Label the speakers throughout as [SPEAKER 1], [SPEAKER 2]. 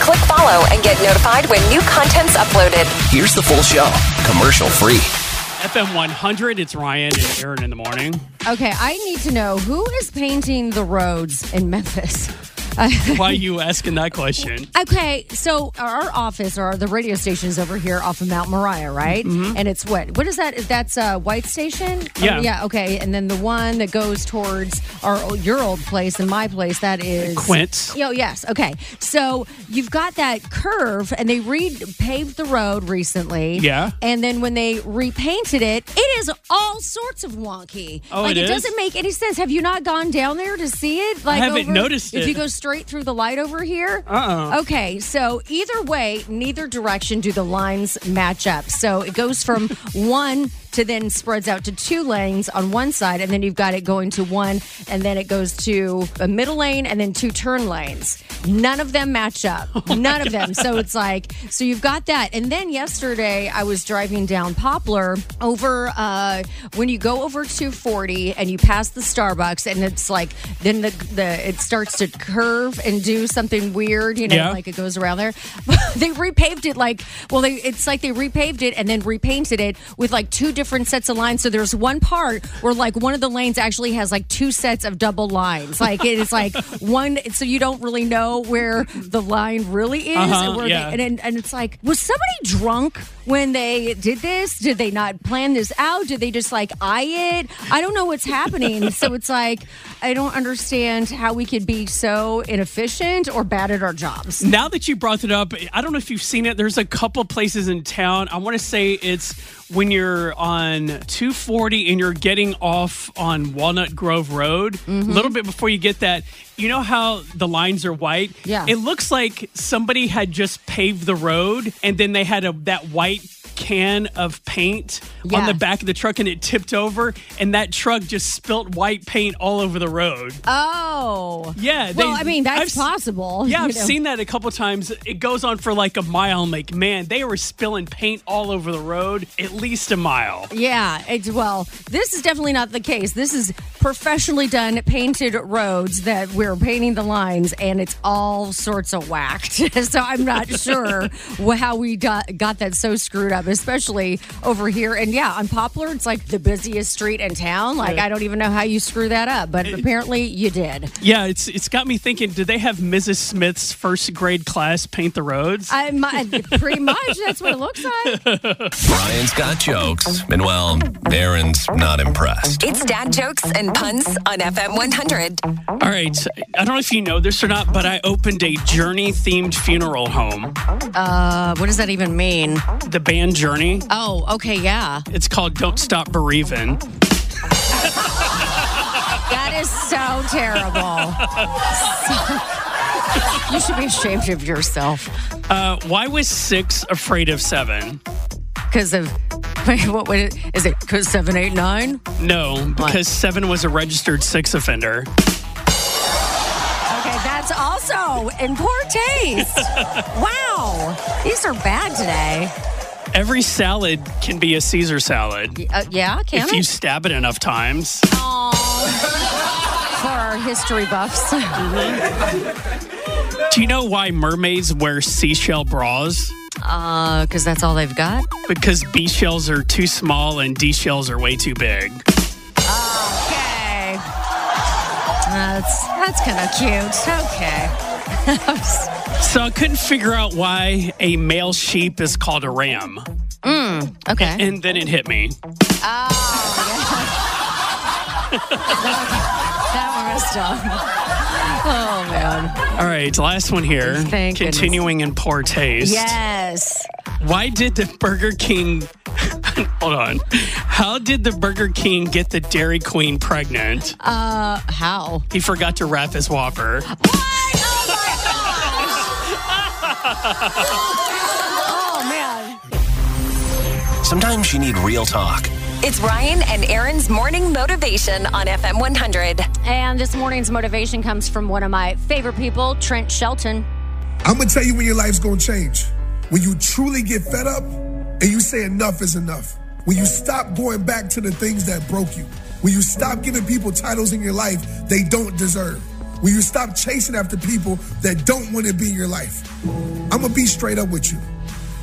[SPEAKER 1] Click follow and get notified when new content's uploaded.
[SPEAKER 2] Here's the full show, commercial free.
[SPEAKER 3] FM 100, it's Ryan and Aaron in the morning.
[SPEAKER 4] Okay, I need to know who is painting the roads in Memphis.
[SPEAKER 3] Why are you asking that question?
[SPEAKER 4] Okay, so our office or the radio station is over here off of Mount Moriah, right? And it's what? What is that? That's uh, White Station. Oh,
[SPEAKER 3] Yeah.
[SPEAKER 4] Mm-hmm. yeah. Okay, and then the one that goes towards our your old place and my place that is
[SPEAKER 3] Quint.
[SPEAKER 4] Yo, yes. Okay, so you've got that curve, and they re paved the road recently.
[SPEAKER 3] Yeah.
[SPEAKER 4] And then when they repainted it, it is all sorts of wonky.
[SPEAKER 3] Oh,
[SPEAKER 4] like
[SPEAKER 3] it
[SPEAKER 4] it,
[SPEAKER 3] is?
[SPEAKER 4] doesn't make any sense. Have you not gone down there to see it? Like
[SPEAKER 3] haven't
[SPEAKER 4] over-
[SPEAKER 3] noticed
[SPEAKER 4] If
[SPEAKER 3] it.
[SPEAKER 4] you go straight through the light over here.
[SPEAKER 3] Uh-uh.
[SPEAKER 4] Okay, so either way, neither direction do the lines match up. So it goes from one to then spreads out to two lanes on one side, and then you've got it going to one, and then it goes to a middle lane, and then two turn lanes. None of them match up. None of them. So it's like, so you've got that. And then yesterday, I was driving down Poplar over uh, when you go over 240 and you pass the Starbucks, and it's like, then the, the it starts to curve and do something weird, you know,
[SPEAKER 3] Yeah.
[SPEAKER 4] like it goes around there. they repaved it like well, they it's like they repaved it and then repainted it with like two different sets of lines. So there's one part where like one of the lanes actually has like two sets of double lines. Like it is like one, so you don't really know where the line really is.
[SPEAKER 3] Uh-huh,
[SPEAKER 4] and where
[SPEAKER 3] yeah.
[SPEAKER 4] they, and, and and it's like, was somebody drunk when they did this? Did they not plan this out? Did they just like eye it? I don't know what's happening. so it's like I don't understand how we could be so inefficient or bad at our jobs.
[SPEAKER 3] Now that you brought it up, I don't know if you've seen it. There's a couple places in town. I want to say it's when you're on 240 and you're getting off on Walnut Grove Road,
[SPEAKER 4] Mm-hmm.
[SPEAKER 3] a little bit before you get that. You know how the lines are white?
[SPEAKER 4] Yeah.
[SPEAKER 3] It looks like somebody had just paved the road and then they had a that white can of paint on
[SPEAKER 4] Yeah.
[SPEAKER 3] the back of the truck and it tipped over and that truck just spilt white paint all over the road.
[SPEAKER 4] Oh.
[SPEAKER 3] Yeah,
[SPEAKER 4] Uh, Well,
[SPEAKER 3] they-
[SPEAKER 4] I mean, that's
[SPEAKER 3] I've s-
[SPEAKER 4] possible.
[SPEAKER 3] Yeah,
[SPEAKER 4] you
[SPEAKER 3] I've
[SPEAKER 4] know.
[SPEAKER 3] seen that a couple times. It goes on for like a mile. I'm like, man, they were spilling paint all over the road, at least a mile.
[SPEAKER 4] Yeah, it's well, this is definitely not the case. This is professionally done painted roads that we're painting the lines and it's all sorts of whacked. so I'm not sure wh- how we got, got that so screwed up, especially over here. And yeah, on Poplar, it's like the busiest street in town. Like, I don't even know how you screw that up, but apparently you did.
[SPEAKER 3] Yeah, it's it's got me thinking. Do they have Mrs. Smith's first grade class paint the roads?
[SPEAKER 4] I, my, pretty much, that's what it looks like.
[SPEAKER 2] Ryan's got jokes, and well, Aaron's not impressed.
[SPEAKER 1] It's dad jokes and puns on FM 100.
[SPEAKER 3] all right, I don't know if you know this or not, but I opened a Journey themed funeral home.
[SPEAKER 4] Uh, what does that even mean?
[SPEAKER 3] The band Journey.
[SPEAKER 4] Oh, okay, yeah.
[SPEAKER 3] It's called Don't Stop Bereaving.
[SPEAKER 4] That is so terrible. So- you should be ashamed of yourself
[SPEAKER 3] Uh, why was six afraid of seven?
[SPEAKER 4] because of wait, what was it? Is it because seven, eight, nine?
[SPEAKER 3] No, because seven was a registered sex offender.
[SPEAKER 4] Okay, that's also in poor taste. wow, these are bad today.
[SPEAKER 3] Every salad can be a Caesar salad
[SPEAKER 4] Uh, yeah, can
[SPEAKER 3] if you
[SPEAKER 4] it?
[SPEAKER 3] stab it enough times.
[SPEAKER 4] Aw. For our history buffs,
[SPEAKER 3] Do you know why mermaids wear seashell bras?
[SPEAKER 4] because Uh, that's all they've got.
[SPEAKER 3] Because B shells are too small and D shells are way too big.
[SPEAKER 4] Okay. That's that's kind of cute. Okay.
[SPEAKER 3] So I couldn't figure out why a male sheep is called a ram.
[SPEAKER 4] Okay.
[SPEAKER 3] And then it hit me.
[SPEAKER 4] Oh, that one was dumb. Oh man.
[SPEAKER 3] All right, last one here.
[SPEAKER 4] Thank goodness.
[SPEAKER 3] Continuing in poor taste.
[SPEAKER 4] Yes.
[SPEAKER 3] Why did the Burger King. Hold on. How did the Burger King get the Dairy Queen pregnant?
[SPEAKER 4] Uh, how?
[SPEAKER 3] He forgot to wrap his Whopper.
[SPEAKER 4] Oh man.
[SPEAKER 2] Sometimes you need real talk.
[SPEAKER 1] It's Ryan and Aaron's morning motivation on FM 100.
[SPEAKER 4] And this morning's motivation comes from one of my favorite people, Trent Shelton.
[SPEAKER 5] I'm gonna tell you when your life's gonna change. When you truly get fed up and you say enough is enough. When you stop going back to the things that broke you. When you stop giving people titles in your life they don't deserve. When you stop chasing after people that don't wanna be in your life. I'm gonna be straight up with you.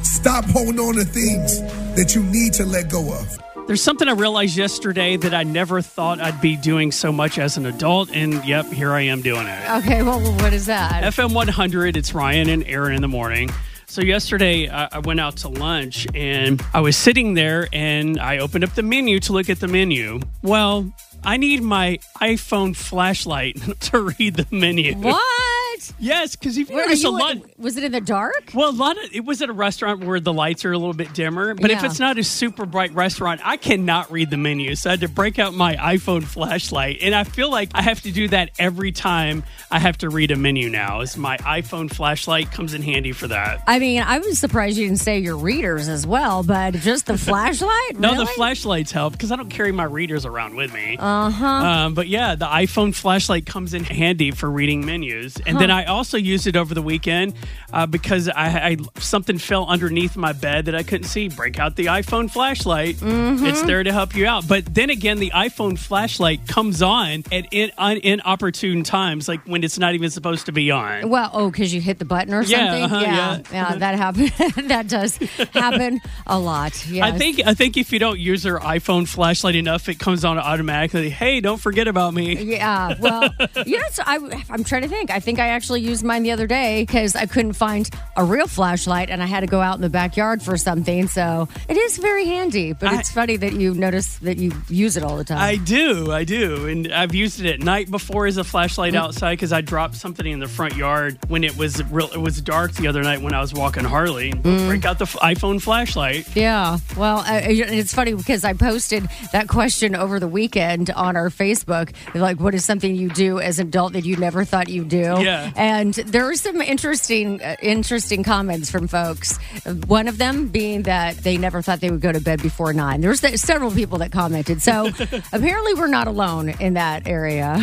[SPEAKER 5] Stop holding on to things that you need to let go of.
[SPEAKER 3] There's something I realized yesterday that I never thought I'd be doing so much as an adult, and yep, here I am doing it.
[SPEAKER 4] Okay. Well, what is that?
[SPEAKER 3] FM 100, it's Ryan and Aaron in the morning. So, yesterday I I went out to lunch and I was sitting there and I opened up the menu to look at the menu. Well, I need my iPhone flashlight to read the menu.
[SPEAKER 4] What?
[SPEAKER 3] Yes, because if you
[SPEAKER 4] Where are
[SPEAKER 3] notice
[SPEAKER 4] you?
[SPEAKER 3] a lot.
[SPEAKER 4] Was it in the dark?
[SPEAKER 3] Well, a lot of it was at a restaurant where the lights are a little bit dimmer, but if
[SPEAKER 4] Yeah.
[SPEAKER 3] it's not a super bright restaurant, I cannot read the menu. So I had to break out my iPhone flashlight, and I feel like I have to do that every time I have to read a menu now. Is my iPhone flashlight comes in handy for that.
[SPEAKER 4] I mean, I was surprised you didn't say your readers as well, but just the flashlight.
[SPEAKER 3] No, the
[SPEAKER 4] Really?
[SPEAKER 3] flashlights help because I don't carry my readers around with me. Uh
[SPEAKER 4] Uh-huh.
[SPEAKER 3] huh. Um, but yeah, the iPhone flashlight comes in handy for reading menus, and then I also used it over the weekend uh, because I, I something fell underneath my bed that I couldn't see. Break out the iPhone flashlight;
[SPEAKER 4] Mm-hmm.
[SPEAKER 3] it's there to help you out. But then again, the iPhone flashlight comes on at in, un, inopportune times, like when it's not even supposed to be on.
[SPEAKER 4] Well, oh, because you hit the button or
[SPEAKER 3] Yeah,
[SPEAKER 4] something.
[SPEAKER 3] uh-huh,
[SPEAKER 4] yeah,
[SPEAKER 3] yeah.
[SPEAKER 4] yeah, that happen. that does happen a lot. Yeah,
[SPEAKER 3] I think I think if you don't use your iPhone flashlight enough, it comes on automatically. Hey, don't forget about me.
[SPEAKER 4] Yeah. Well, yes. I, I'm trying to think. I think I actually used mine the other day because I couldn't find a real flashlight and I had to go out in the backyard for something. So it is very handy. But
[SPEAKER 3] I-
[SPEAKER 4] it's funny that you notice that you use it all the time.
[SPEAKER 3] I do, I do, and I've used it at night before as a flashlight
[SPEAKER 4] Mm.
[SPEAKER 3] outside because I dropped something in the front yard when it was real. It was dark the other night when I was walking Harley.
[SPEAKER 4] Mm.
[SPEAKER 3] Break out the f- iPhone flashlight.
[SPEAKER 4] Yeah. Well, uh, it's funny because I posted that question over the weekend on our Facebook. Like, what is something you do as an adult that you never thought you do?
[SPEAKER 3] Yeah.
[SPEAKER 4] And there were some interesting, uh, interesting comments from folks. One of them being that they never thought they would go to bed before nine. There's se- several people that commented. So apparently, we're not alone in that area.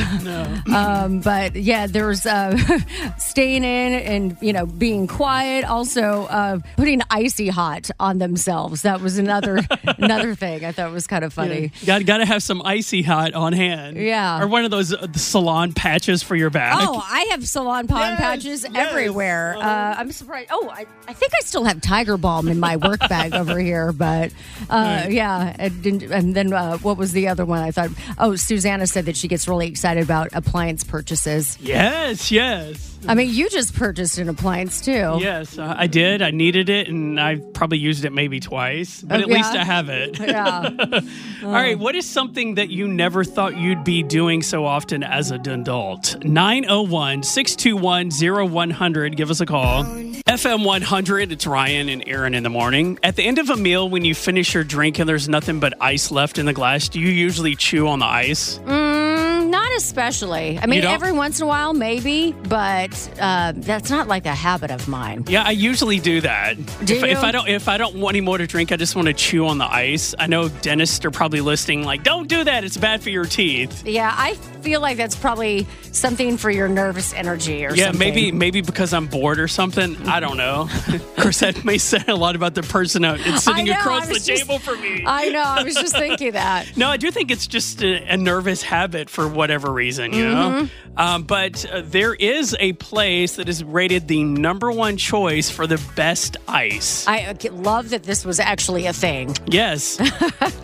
[SPEAKER 4] Um, but yeah, there's uh, staying in and you know being quiet. Also, uh, putting icy hot on themselves. That was another another thing I thought was kind of funny.
[SPEAKER 3] Got got to have some icy hot on hand.
[SPEAKER 4] Yeah.
[SPEAKER 3] or one of those uh, the salon patches for your back.
[SPEAKER 4] Oh, I have salon palm patches everywhere. Uh, I'm surprised. Oh, I, I think I still have Tiger Balm in my work bag over here, but uh, yeah. And, didn't- and then uh, what was the other one I thought? Oh, Susanna said that she gets really excited about appliance purchases.
[SPEAKER 3] Yes, yes,
[SPEAKER 4] I mean, you just purchased an appliance too.
[SPEAKER 3] yes. Uh, I did. I needed it, and I probably used it maybe twice, but
[SPEAKER 4] Oh,
[SPEAKER 3] at least
[SPEAKER 4] yeah?
[SPEAKER 3] I have it.
[SPEAKER 4] Yeah.
[SPEAKER 3] All right, what is something that you never thought you'd be doing so often as an adult? 901 621 0100. Give us a call. FM 100, it's Ryan and Aaron in the morning. At the end of a meal, when you finish your drink and there's nothing but ice left in the glass, do you usually chew on the ice?
[SPEAKER 4] Mm, Not especially. I mean,
[SPEAKER 3] don't?
[SPEAKER 4] every once in a while, maybe, but uh, that's not like a habit of mine.
[SPEAKER 3] Yeah, I usually do that.
[SPEAKER 4] Do
[SPEAKER 3] if, if
[SPEAKER 4] you?
[SPEAKER 3] I don't if I don't want any more to drink, I just want to chew on the ice. I know dentists are probably listening like, "Don't do that. It's bad for your teeth."
[SPEAKER 4] Yeah, I feel like that's probably something for your nervous energy or
[SPEAKER 3] Yeah,
[SPEAKER 4] something.
[SPEAKER 3] maybe maybe because I'm bored or something. I don't know. of course, that may say a lot about the person out it's
[SPEAKER 4] I
[SPEAKER 3] sitting
[SPEAKER 4] know,
[SPEAKER 3] across
[SPEAKER 4] I
[SPEAKER 3] the
[SPEAKER 4] was just-
[SPEAKER 3] table from me.
[SPEAKER 4] I know. I was just thinking that.
[SPEAKER 3] no, I do think it's just a, a nervous habit for whatever reason, you know.
[SPEAKER 4] Mm-hmm.
[SPEAKER 3] Um, but uh, there is a place that is rated the number one choice for the best ice.
[SPEAKER 4] I uh, love that this was actually a thing.
[SPEAKER 3] yes,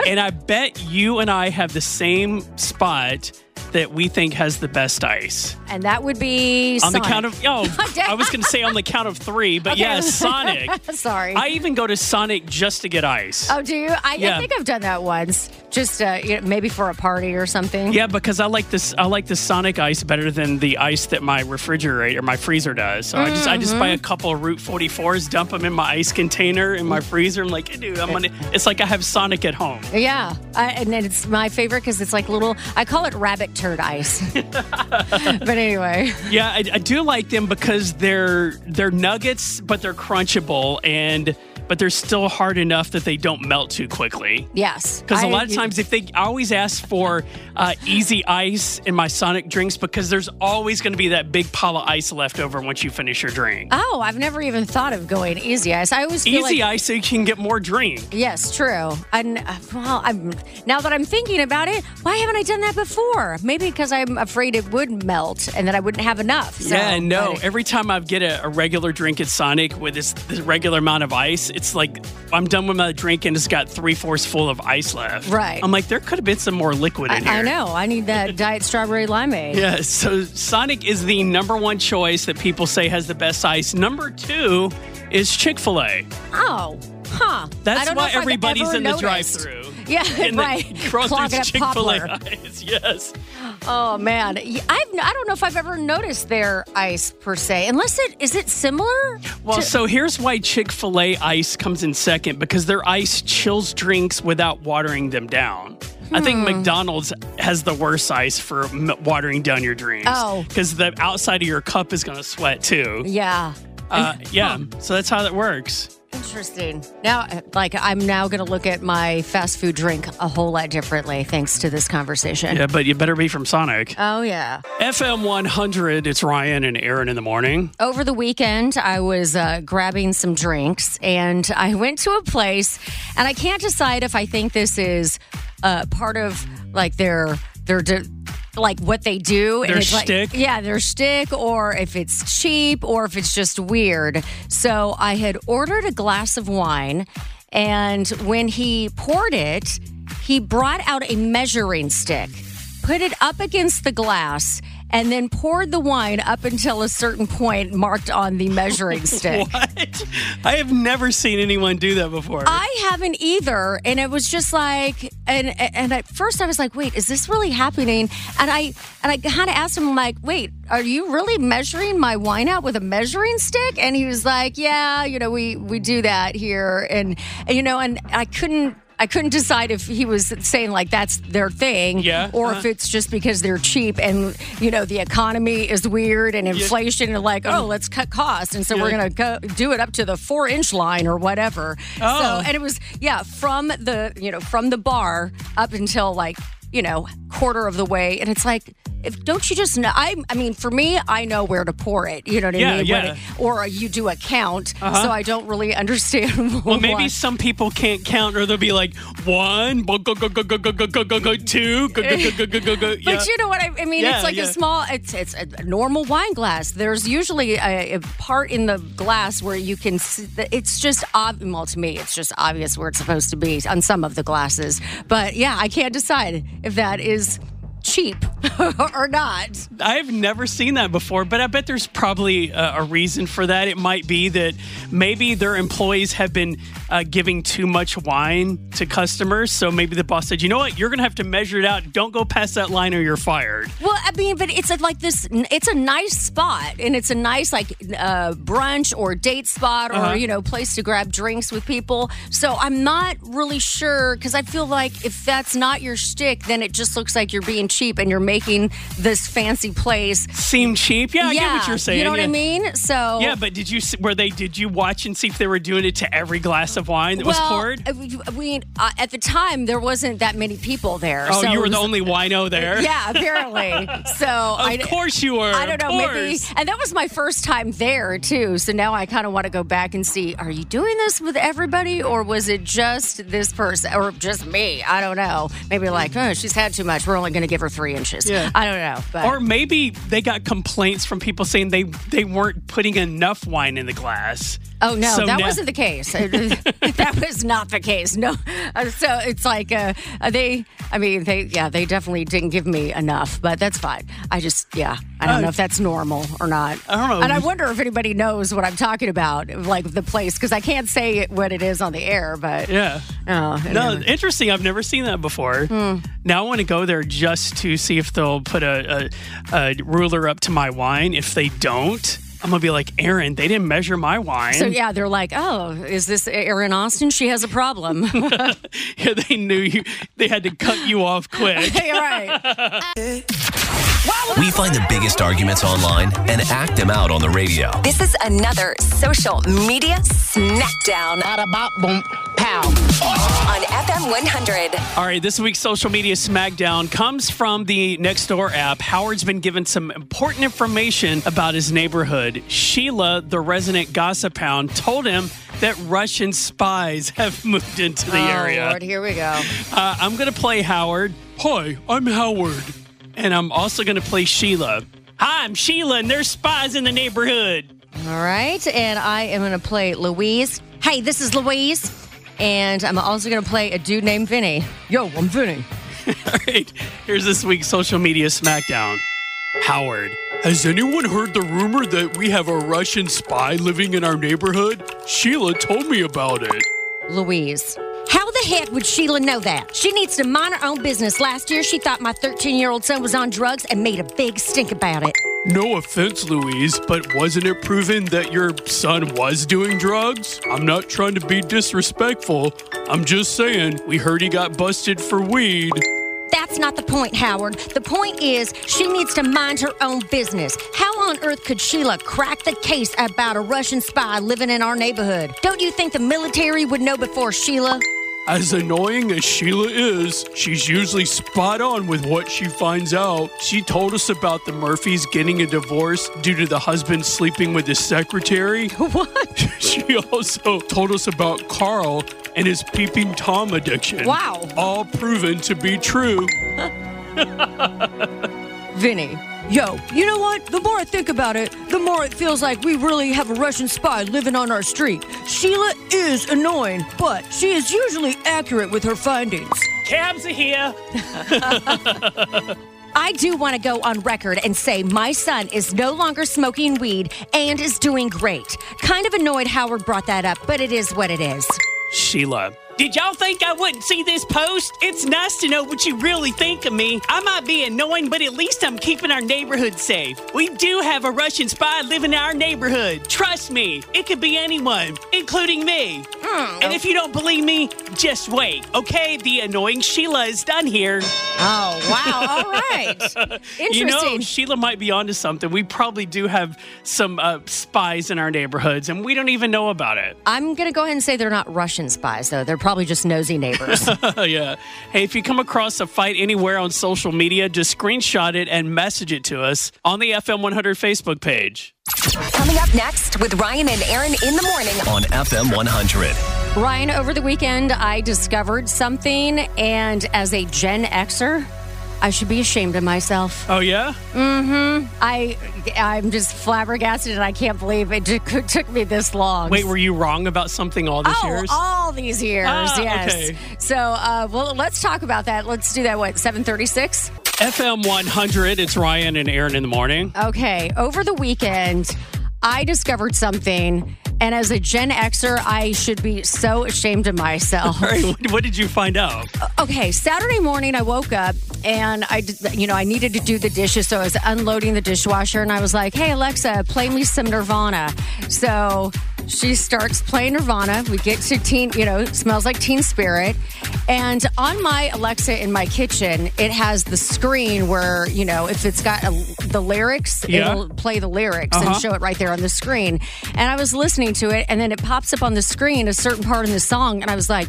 [SPEAKER 3] and I bet you and I have the same spot that we think has the best ice.
[SPEAKER 4] And that would be
[SPEAKER 3] On the
[SPEAKER 4] Sonic.
[SPEAKER 3] count of oh, I was going to say on the count of three, but
[SPEAKER 4] Okay.
[SPEAKER 3] yes, Sonic.
[SPEAKER 4] Sorry.
[SPEAKER 3] I even go to Sonic just to get ice.
[SPEAKER 4] Oh, do you? I,
[SPEAKER 3] Yeah.
[SPEAKER 4] I think I've done that once, just uh, you know, maybe for a party or something.
[SPEAKER 3] Yeah, because I like this. I like the Sonic ice better than the ice that my refrigerator, my freezer does. So I just, I just buy a couple of Route 44s, dump them in my ice container in my freezer. I'm like, dude, I'm gonna. It's like I have Sonic at home.
[SPEAKER 4] Yeah, I, and then it's my favorite because it's like little. I call it rabbit turd ice. but anyway,
[SPEAKER 3] Yeah, I, I do like them because they're they're nuggets, but they're crunchable and but they're still hard enough that they don't melt too quickly.
[SPEAKER 4] yes,
[SPEAKER 3] Because a
[SPEAKER 4] I- e,
[SPEAKER 3] lot of times, if they I always ask for uh, easy ice in my Sonic drinks, because there's always going to be that big pile of ice left over once you finish your drink.
[SPEAKER 4] Oh, I've never even thought of going easy ice. I always feel
[SPEAKER 3] easy
[SPEAKER 4] like,
[SPEAKER 3] ice so you can get more drink.
[SPEAKER 4] Yes, true. And uh, well, I'm now that I'm thinking about it, why haven't I done that before? Maybe because I'm afraid it would melt and that I wouldn't have enough. So,
[SPEAKER 3] yeah, no.
[SPEAKER 4] but-
[SPEAKER 3] Every time I get a, a regular drink at Sonic with this, this regular amount of ice, it's like I'm done with my drink and it's got three fourths full of ice left.
[SPEAKER 4] Right.
[SPEAKER 3] I'm like, there could have been some more liquid in here.
[SPEAKER 4] I, I know. I need that diet strawberry limeade.
[SPEAKER 3] Yeah, so Sonic is the number one choice that people say has the best ice. Number two is Chick fil A.
[SPEAKER 4] Oh, huh. I
[SPEAKER 3] That's
[SPEAKER 4] don't know
[SPEAKER 3] why
[SPEAKER 4] if I've
[SPEAKER 3] everybody's
[SPEAKER 4] ever
[SPEAKER 3] in the drive
[SPEAKER 4] noticed.
[SPEAKER 3] through.
[SPEAKER 4] Yeah, right. Clogging up
[SPEAKER 3] Chick fil
[SPEAKER 4] poplar.
[SPEAKER 3] A ice. Yes.
[SPEAKER 4] Oh man, Yeah, I've I don't know if I've ever noticed their ice per se, unless it is it similar.
[SPEAKER 3] Well, so here's why Chick fil A ice comes in second because their ice chills drinks without watering them down. I
[SPEAKER 4] Hmm.
[SPEAKER 3] think McDonald's has the worst ice for m- watering down your drinks.
[SPEAKER 4] Oh.
[SPEAKER 3] Because the outside of your cup is going to sweat too.
[SPEAKER 4] Yeah,
[SPEAKER 3] Uh, yeah. So that's how that works.
[SPEAKER 4] interesting. Now, uh, like I'm now going to look at my fast food drink a whole lot differently thanks to this conversation.
[SPEAKER 3] Yeah, but you better be from Sonic.
[SPEAKER 4] Oh yeah.
[SPEAKER 3] FM 100, it's Ryan and Aaron in the morning.
[SPEAKER 4] Over the weekend, I was uh, grabbing some drinks and I went to a place, and I can't decide if I think this is uh, part of like their their. De- like what they
[SPEAKER 3] Their
[SPEAKER 4] do, and it's like,
[SPEAKER 3] shtick?
[SPEAKER 4] yeah, their shtick, or if it's cheap, or if it's just weird. So I had ordered a glass of wine, and when he poured it, he brought out a measuring stick, put it up against the glass, and then poured the wine up until a certain point marked on the measuring stick.
[SPEAKER 3] What? I have never seen anyone do that before.
[SPEAKER 4] I haven't either, and it was just like, and and at first I was like, wait, is this really happening? And I and I kind of asked him like, wait, are you really measuring my wine out with a measuring stick? And he was like, yeah, you know, we we do that here, and, and you know, and I couldn't. I couldn't decide if he was saying like that's their thing,
[SPEAKER 3] Yeah,
[SPEAKER 4] or
[SPEAKER 3] uh-huh.
[SPEAKER 4] if it's just because they're cheap and you know the economy is weird and inflation and like oh let's cut costs and so we're gonna go, do it up to the four inch line or whatever.
[SPEAKER 3] Oh.
[SPEAKER 4] So and it was yeah from the you know from the bar up until like you know quarter of the way and it's like if don't you just know I I mean for me I know where to pour it you know what
[SPEAKER 3] Yeah,
[SPEAKER 4] I mean When
[SPEAKER 3] yeah. Uh-huh.
[SPEAKER 4] it- or you do a count so I don't really understand
[SPEAKER 3] well, maybe
[SPEAKER 4] why.
[SPEAKER 3] some people can't count, or they'll be like one, go go go go go go go go go go two, go go go go go go go. yeah.
[SPEAKER 4] But you know what I, I mean?
[SPEAKER 3] Yeah,
[SPEAKER 4] it's like
[SPEAKER 3] yeah.
[SPEAKER 4] a small. It's it's a normal wine glass. There's usually a, a part in the glass where you can. See, that- it's just ob- well to me. It's just obvious where it's supposed to be on some of the glasses. But yeah, I can't decide if that is cheap or not.
[SPEAKER 3] I've never seen that before, but I bet there's probably a, a reason for that. It might be that maybe their employees have been uh, giving too much wine to customers, so maybe the boss said, "You know what? You're gonna have to measure it out. Don't go past that line, or you're fired."
[SPEAKER 4] Well, I mean, but it's a, like this. It's a nice spot, and it's a nice like uh, brunch or date spot, or
[SPEAKER 3] Uh-huh.
[SPEAKER 4] you know, place to grab drinks with people. So I'm not really sure because I feel like if that's not your shtick, then it just looks like you're being cheap and you're making this fancy place.
[SPEAKER 3] Seem cheap? Yeah, I get what you're saying.
[SPEAKER 4] You know what
[SPEAKER 3] yeah.
[SPEAKER 4] I mean? So
[SPEAKER 3] Yeah, but did you s- were they did you watch and see if they were doing it to every glass of wine that was poured?
[SPEAKER 4] I- we- we uh, at the time there wasn't that many people there.
[SPEAKER 3] Oh,
[SPEAKER 4] so
[SPEAKER 3] you
[SPEAKER 4] it
[SPEAKER 3] were the
[SPEAKER 4] was-
[SPEAKER 3] only wino there.
[SPEAKER 4] Yeah, apparently. so
[SPEAKER 3] of
[SPEAKER 4] I,
[SPEAKER 3] course you were.
[SPEAKER 4] I don't
[SPEAKER 3] of
[SPEAKER 4] know, maybe.
[SPEAKER 3] course.
[SPEAKER 4] And that was my first time there too. So now I kind of want to go back and see: Are you doing this with everybody, or was it just this person, or just me? I don't know. Maybe like, oh, she's had too much. We're only going to give her three inches.
[SPEAKER 3] Yeah.
[SPEAKER 4] I don't know. But
[SPEAKER 3] Or maybe they got complaints from people saying they they weren't putting enough wine in the glass.
[SPEAKER 4] Oh no,
[SPEAKER 3] So
[SPEAKER 4] that
[SPEAKER 3] now-
[SPEAKER 4] wasn't the case. that was not the case. No, Uh, so it's like uh, uh, they. I mean, they. Yeah, they definitely didn't give me enough, but that's fine. I just, yeah, I don't know if that's normal or not.
[SPEAKER 3] Uh, I don't know.
[SPEAKER 4] And I wonder if anybody knows what I'm talking about, like the place, because I can't say it, what it is on the air. But
[SPEAKER 3] Yeah.
[SPEAKER 4] Oh,
[SPEAKER 3] No, interesting. I've never seen that before.
[SPEAKER 4] Hmm.
[SPEAKER 3] Now I want to go there just to see if they'll put a, a, a ruler up to my wine. If they don't, I'm gonna be like, Aaron, they didn't measure my wine.
[SPEAKER 4] so yeah, they're like, oh, is this Erin Austin? She has a problem.
[SPEAKER 3] yeah, they knew you. They had to cut you off quick.
[SPEAKER 4] Hey, all right.
[SPEAKER 2] We find the biggest arguments online and act them out on the radio.
[SPEAKER 1] This is another social media smackdown on FM 100.
[SPEAKER 3] All right, this week's social media smackdown comes from the Nextdoor app. Howard's been given some important information about his neighborhood. Sheila, the resident gossip hound, told him that Russian spies have moved into the area.
[SPEAKER 4] Oh, Lord, here we go.
[SPEAKER 3] Uh, I'm going to play Howard. Hi, I'm Howard. And I'm also going to play Sheila. Hi, I'm Sheila, and there's spies in the neighborhood.
[SPEAKER 4] All right, and I am going to play Louise. Hey, this is Louise. And I'm also going to play a dude named Vinny. Yo, I'm Vinny.
[SPEAKER 3] All right, here's this week's social media smackdown. Howard. Has anyone heard the rumor that we have a Russian spy living in our neighborhood? Sheila told me about it.
[SPEAKER 4] Louise. How the heck would Sheila know that? She needs to mind her own business. Last year, she thought my 13 year old son was on drugs and made a big stink about it.
[SPEAKER 3] No offense, Louise, but wasn't it proven that your son was doing drugs? I'm not trying to be disrespectful. I'm just saying, we heard he got busted for weed.
[SPEAKER 4] That's not the point, Howard. The point is, she needs to mind her own business. How on earth could Sheila crack the case about a Russian spy living in our neighborhood? Don't you think the military would know before Sheila?
[SPEAKER 3] As annoying as Sheila is, she's usually spot on with what she finds out. She told us about the Murphys getting a divorce due to the husband sleeping with his secretary. What? she also told us about Carl and his peeping Tom addiction.
[SPEAKER 4] Wow.
[SPEAKER 3] All proven to be true.
[SPEAKER 4] Vinny. Yo, you know what? The more I think about it, the more it feels like we really have a Russian spy living on our street. Sheila is annoying, but she is usually accurate with her findings.
[SPEAKER 3] Cabs are here.
[SPEAKER 4] I do want to go on record and say my son is no longer smoking weed and is doing great. Kind of annoyed Howard brought that up, but it is what it is.
[SPEAKER 3] Sheila. Did y'all think I wouldn't see this post? It's nice to know what you really think of me. I might be annoying, but at least I'm keeping our neighborhood safe. We do have a Russian spy living in our neighborhood. Trust me, it could be anyone, including me. And if you don't believe me, just wait, okay? The annoying Sheila is done here.
[SPEAKER 4] Oh, wow. All right. Interesting.
[SPEAKER 3] You know, Sheila might be onto something. We probably do have some uh, spies in our neighborhoods, and we don't even know about it.
[SPEAKER 4] I'm going to go ahead and say they're not Russian spies, though. They're probably just nosy neighbors.
[SPEAKER 3] Oh, yeah. Hey, if you come across a fight anywhere on social media, just screenshot it and message it to us on the FM 100 Facebook page.
[SPEAKER 1] Coming up next with Ryan and Aaron in the morning.
[SPEAKER 2] On FM 100.
[SPEAKER 4] Ryan, over the weekend, I discovered something, and as a Gen Xer, I should be ashamed of myself.
[SPEAKER 3] Oh, yeah?
[SPEAKER 4] I, I'm just flabbergasted, and I can't believe it took, took me this long.
[SPEAKER 3] Wait, were you wrong about something all these
[SPEAKER 4] oh,
[SPEAKER 3] years?
[SPEAKER 4] all these years,
[SPEAKER 3] Ah,
[SPEAKER 4] yes.
[SPEAKER 3] okay.
[SPEAKER 4] So, uh, well, let's talk about that. Let's do that. What seven thirty six?
[SPEAKER 3] FM 100, it's Ryan and Aaron in the morning.
[SPEAKER 4] Okay. Over the weekend, I discovered something, and as a Gen Xer, I should be so ashamed of myself.
[SPEAKER 3] All right, what, what did you find out?
[SPEAKER 4] okay saturday morning i woke up and i did- you know i needed to do the dishes so i was unloading the dishwasher and i was like hey alexa play me some nirvana so she starts playing nirvana we get to teen you know smells like teen spirit and on my alexa in my kitchen it has the screen where you know if it's got a, the lyrics
[SPEAKER 3] Yeah.
[SPEAKER 4] it'll play the lyrics and
[SPEAKER 3] Uh-huh.
[SPEAKER 4] show it right there on the screen and i was listening to it and then it pops up on the screen a certain part in the song and i was like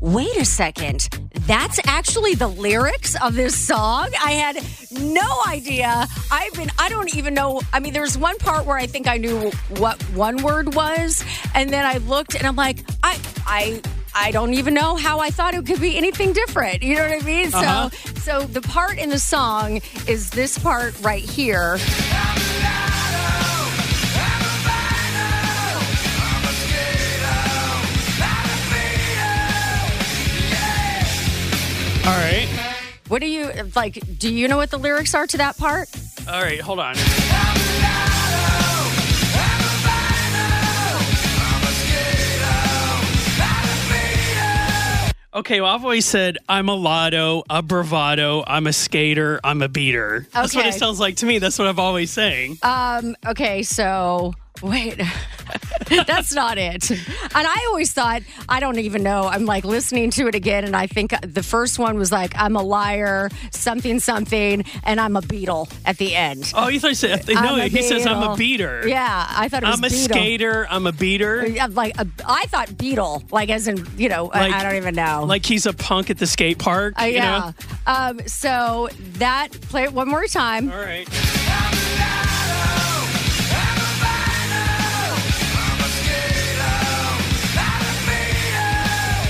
[SPEAKER 4] wait a second. That's actually the lyrics of this song. I had no idea. I've been, I don't even know. I mean, there was one part where I think I knew what one word was. And then I looked and I'm like, I, I, I don't even know how I thought it could be anything different. You know what I mean?
[SPEAKER 3] Uh-huh.
[SPEAKER 4] So, so the part in the song is this part right here.
[SPEAKER 3] All right.
[SPEAKER 4] What do you like? Do you know what the lyrics are to that part?
[SPEAKER 3] All right, hold on. Okay, well, I've always said I'm a lotto, a bravado, I'm a skater, I'm a beater. That's what it
[SPEAKER 4] Okay. Uh,
[SPEAKER 3] sounds like to me. That's what I've always saying.
[SPEAKER 4] Okay, so wait. That's not it. And I always thought, I don't even know. I'm like listening to it again, and I think the first one was like, I'm a liar, something, something, and I'm a beetle at the end.
[SPEAKER 3] oh, you thought you said, no,
[SPEAKER 4] I'm a
[SPEAKER 3] he says I'm a
[SPEAKER 4] beetle.
[SPEAKER 3] beater.
[SPEAKER 4] Yeah, I thought it was
[SPEAKER 3] I'm a
[SPEAKER 4] beetle.
[SPEAKER 3] skater, I'm a beater.
[SPEAKER 4] Yeah, Like a, I thought beetle, like as in you know, I- I don't even know.
[SPEAKER 3] Like he's a punk at the skate park.
[SPEAKER 4] Uh,
[SPEAKER 3] you know?
[SPEAKER 4] yeah. Um, so that play it one more time.
[SPEAKER 3] All right.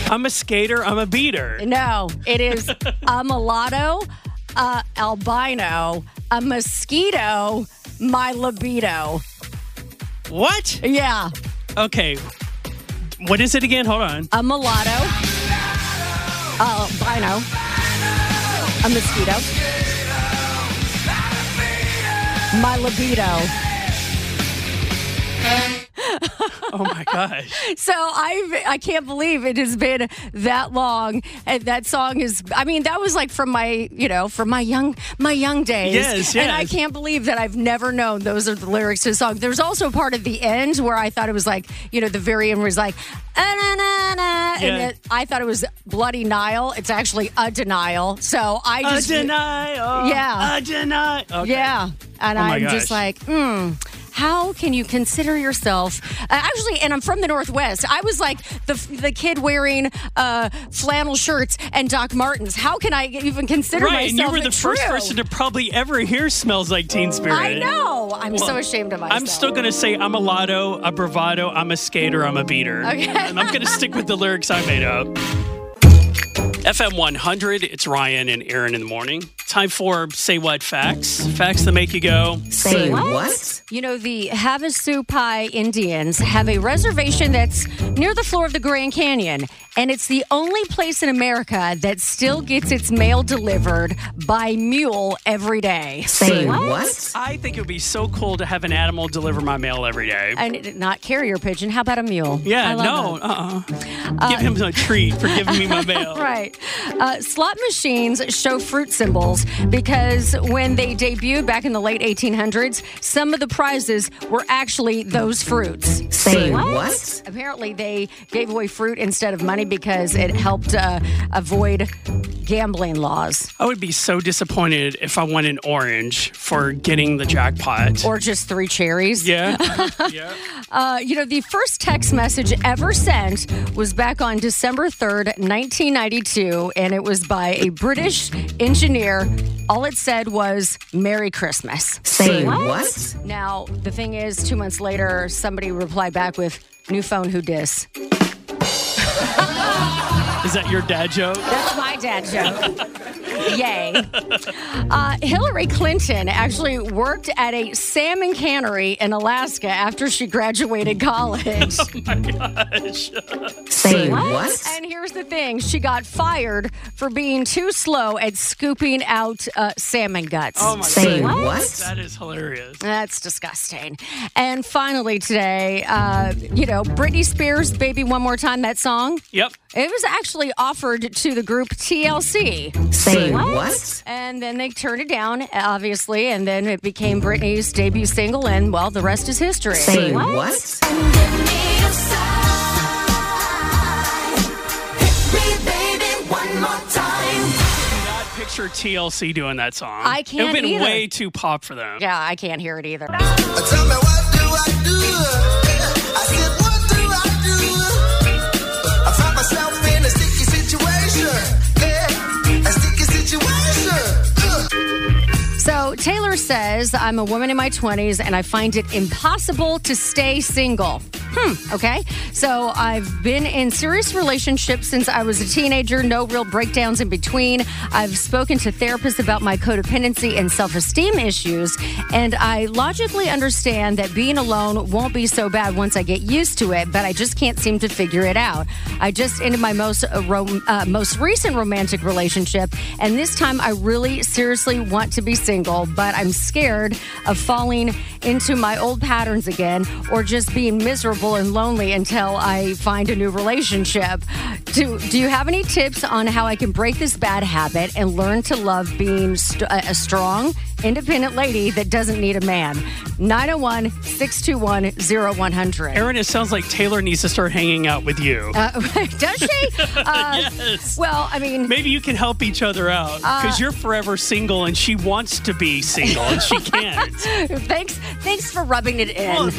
[SPEAKER 3] I'm a skater. I'm a beater.
[SPEAKER 4] No, it is a mulatto, a albino, a mosquito, my libido.
[SPEAKER 3] What?
[SPEAKER 4] Yeah,
[SPEAKER 3] Okay. What is it again? Hold on.
[SPEAKER 4] a mulatto, a albino, a mosquito, my libido.
[SPEAKER 3] Oh my gosh.
[SPEAKER 4] So I I can't believe it has been that long, and that song is. I mean, that was like from my you know from my young my young days.
[SPEAKER 3] Yes,
[SPEAKER 4] And I
[SPEAKER 3] yes.
[SPEAKER 4] can't believe that I've never known those are the lyrics to the song. There's also a part of the end where I thought it was like you know the very end was like "Ah, na, na, na,"
[SPEAKER 3] Yeah.
[SPEAKER 4] and it, I thought it was bloody Nile. It's actually a denial. So I
[SPEAKER 3] A
[SPEAKER 4] just
[SPEAKER 3] denial.
[SPEAKER 4] Yeah.
[SPEAKER 3] A denial. Okay.
[SPEAKER 4] yeah. And
[SPEAKER 3] Oh my
[SPEAKER 4] I'm just
[SPEAKER 3] gosh.
[SPEAKER 4] like, hmm. How can you consider yourself? Uh, actually, and I'm from the Northwest. I was like the the kid wearing uh, flannel shirts and Doc Martens. How can I even consider
[SPEAKER 3] Right, and
[SPEAKER 4] myself?
[SPEAKER 3] you were the first
[SPEAKER 4] true?
[SPEAKER 3] person to probably ever hear "Smells Like Teen Spirit."
[SPEAKER 4] I know. I'm so
[SPEAKER 3] Well,
[SPEAKER 4] ashamed of myself.
[SPEAKER 3] I'm still going to say I'm a lotto, a bravado, I'm a skater, I'm a beater.
[SPEAKER 4] Okay.
[SPEAKER 3] And I'm going to stick with the lyrics I made up. FM 100, it's Ryan and Aaron in the morning. Time for Say What Facts. Facts that make you go.
[SPEAKER 4] Say what? You know, the Havasupai Indians have a reservation that's near the floor of the Grand Canyon, and it's the only place in America that still gets its mail delivered by mule every day.
[SPEAKER 6] Say what?
[SPEAKER 3] I think it would be so cool to have an animal deliver my mail every day.
[SPEAKER 4] And not carrier pigeon. How about a mule? I
[SPEAKER 3] yeah,
[SPEAKER 4] love
[SPEAKER 3] no,
[SPEAKER 4] them.
[SPEAKER 3] uh-uh. Give him a treat for giving me my mail.
[SPEAKER 4] Right. Uh, slot machines show fruit symbols because when they debuted back in the late 1800s, some of the prizes were actually those fruits.
[SPEAKER 6] Say what?
[SPEAKER 4] Apparently, they gave away fruit instead of money because it helped uh, avoid gambling laws
[SPEAKER 3] I would be so disappointed if I won an orange for getting the jackpot.
[SPEAKER 4] or just three cherries.
[SPEAKER 3] yeah. yeah.
[SPEAKER 4] Uh, you know, the first text message ever sent was back on December 3rd, 1992, and it was by a British engineer. All it said was, Merry Christmas.
[SPEAKER 6] Say what?
[SPEAKER 4] Now, the thing is, two months later, somebody replied back with, New phone, who dis?
[SPEAKER 3] Is that your dad joke?
[SPEAKER 4] That's my dad joke. Yay. Uh, Hillary Clinton actually worked at a salmon cannery in Alaska after she graduated college.
[SPEAKER 6] Say what?
[SPEAKER 4] And here's the thing she got fired for being too slow at scooping out uh, salmon guts.
[SPEAKER 3] Oh my
[SPEAKER 6] Say
[SPEAKER 3] god.
[SPEAKER 6] what?
[SPEAKER 3] That is hilarious.
[SPEAKER 4] That's disgusting. And finally, today, uh, you know, Britney Spears, Baby One More Time, that song,
[SPEAKER 3] Yep.
[SPEAKER 4] it was actually offered to the group TLC.
[SPEAKER 6] Say what?
[SPEAKER 4] And then they turned it down, obviously, and then it became Britney's debut single, and well, the rest is history.
[SPEAKER 6] Say what?
[SPEAKER 3] Not picture TLC doing that song.
[SPEAKER 4] I
[SPEAKER 3] It
[SPEAKER 4] can't
[SPEAKER 3] would have been
[SPEAKER 4] either.
[SPEAKER 3] way too pop for them.
[SPEAKER 4] Yeah, I can't hear it either.
[SPEAKER 7] Tell me what do I do? I said, what do I do? I find myself in a sticky situation. Yeah, a sticky situation. Ugh.
[SPEAKER 4] So Taylor says, I'm a woman in my 20s, and I find it impossible to stay single. Hmm. Okay. So I've been in serious relationships since I was a teenager, no real breakdowns in between. I've spoken to therapists about my codependency and self esteem issues, and I logically understand that being alone won't be so bad once I get used to it, but I just can't seem to figure it out. I just ended my most, uh, rom- uh, most recent romantic relationship, and this time I really seriously want to be single, but I'm scared of falling into my old patterns again or just being miserable and lonely until I find a new relationship. Do, do you have any tips on how I can break this bad habit and learn to love being st- uh, a a strong, independent lady that doesn't need a man? 901 621 0100.
[SPEAKER 3] Aaron, it sounds like Taylor needs to start hanging out with you.
[SPEAKER 4] Uh, Does she? Uh, Well, I mean,
[SPEAKER 3] Maybe you can help each other out because
[SPEAKER 4] Uh,
[SPEAKER 3] you're forever single and she wants to be single and she can't.
[SPEAKER 4] thanks, thanks for rubbing it in.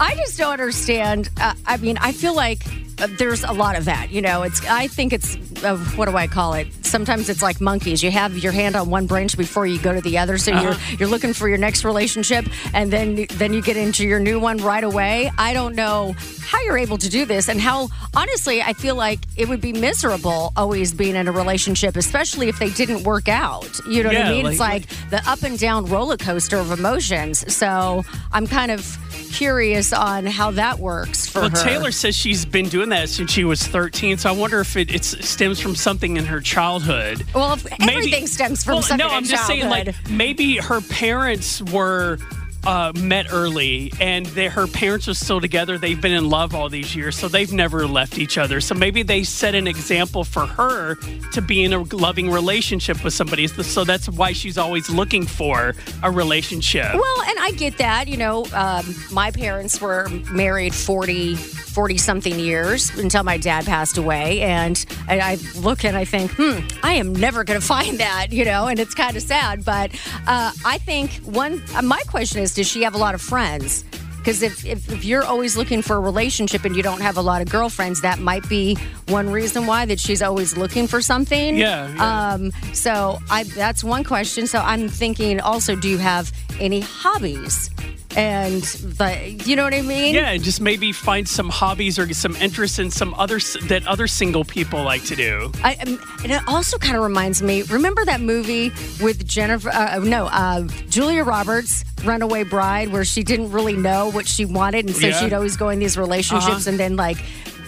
[SPEAKER 4] I just don't understand. Uh, I mean, I feel like uh, there's a lot of that. You know, it's. I think it's. Uh, what do I call it? Sometimes it's like monkeys. You have your hand on one branch before you go to the other, so
[SPEAKER 8] Uh-huh.
[SPEAKER 4] you're you're looking for your next relationship, and then then you get into your new one right away. I don't know how you're able to do this, and how honestly, I feel like it would be miserable always being in a relationship, especially if they didn't work out. You know what
[SPEAKER 8] Yeah,
[SPEAKER 4] I mean? it's
[SPEAKER 8] like-
[SPEAKER 4] like the up and down roller coaster of emotions. So I'm kind of curious on how that works for
[SPEAKER 3] well,
[SPEAKER 4] her.
[SPEAKER 3] Taylor says she's been doing that since she was 13, so I wonder if it, it stems from something in her childhood.
[SPEAKER 4] well, if everything stems from
[SPEAKER 3] Well,
[SPEAKER 4] something.
[SPEAKER 3] no,
[SPEAKER 4] in
[SPEAKER 3] I'm just saying,
[SPEAKER 4] childhood.
[SPEAKER 3] like maybe her parents were uh, met early, and they, her parents are still together. They've been in love all these years, so they've never left each other. So maybe they set an example for her to be in a loving relationship with somebody. So that's why she's always looking for a relationship.
[SPEAKER 4] Well, and I get that. You know, um, my parents were married 40, 40 something years until my dad passed away. And I, I look and I think, hmm, I am never going to find that, you know, and it's kind of sad. But uh, I think one, uh, my question is, does she have a lot of friends? Because if, if, if you're always looking for a relationship and you don't have a lot of girlfriends, that might be one reason why that she's always looking for something.
[SPEAKER 8] Yeah, yeah.
[SPEAKER 4] Um, so I that's one question. So I'm thinking also, do you have any hobbies? And the, you know what I mean?
[SPEAKER 3] yeah, and just maybe find some hobbies or some interests in some other s- that other single people like to do.
[SPEAKER 4] I, um, and it also kind of reminds me. Remember that movie with Jennifer? Uh, no, uh, Julia Roberts, Runaway Bride, where she didn't really know what she wanted, and so
[SPEAKER 8] Yeah.
[SPEAKER 4] she'd always go in these relationships
[SPEAKER 8] Uh-huh.
[SPEAKER 4] and then like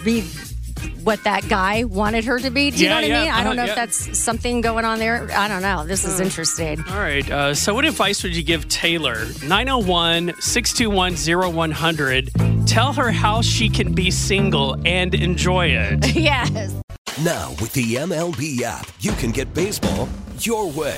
[SPEAKER 4] be what that guy wanted her to be. Do you
[SPEAKER 3] Yeah,
[SPEAKER 4] know what
[SPEAKER 3] yeah,
[SPEAKER 4] I mean? I
[SPEAKER 3] uh-huh,
[SPEAKER 4] don't know
[SPEAKER 3] yeah. Uh.
[SPEAKER 4] if that's something going on there. I don't know. This is interesting.
[SPEAKER 3] All right. Uh, so, what advice would you give Taylor? 901 621 0100. Tell her how she can be single and enjoy it.
[SPEAKER 4] yes.
[SPEAKER 9] Now, with the MLB app, you can get baseball your way.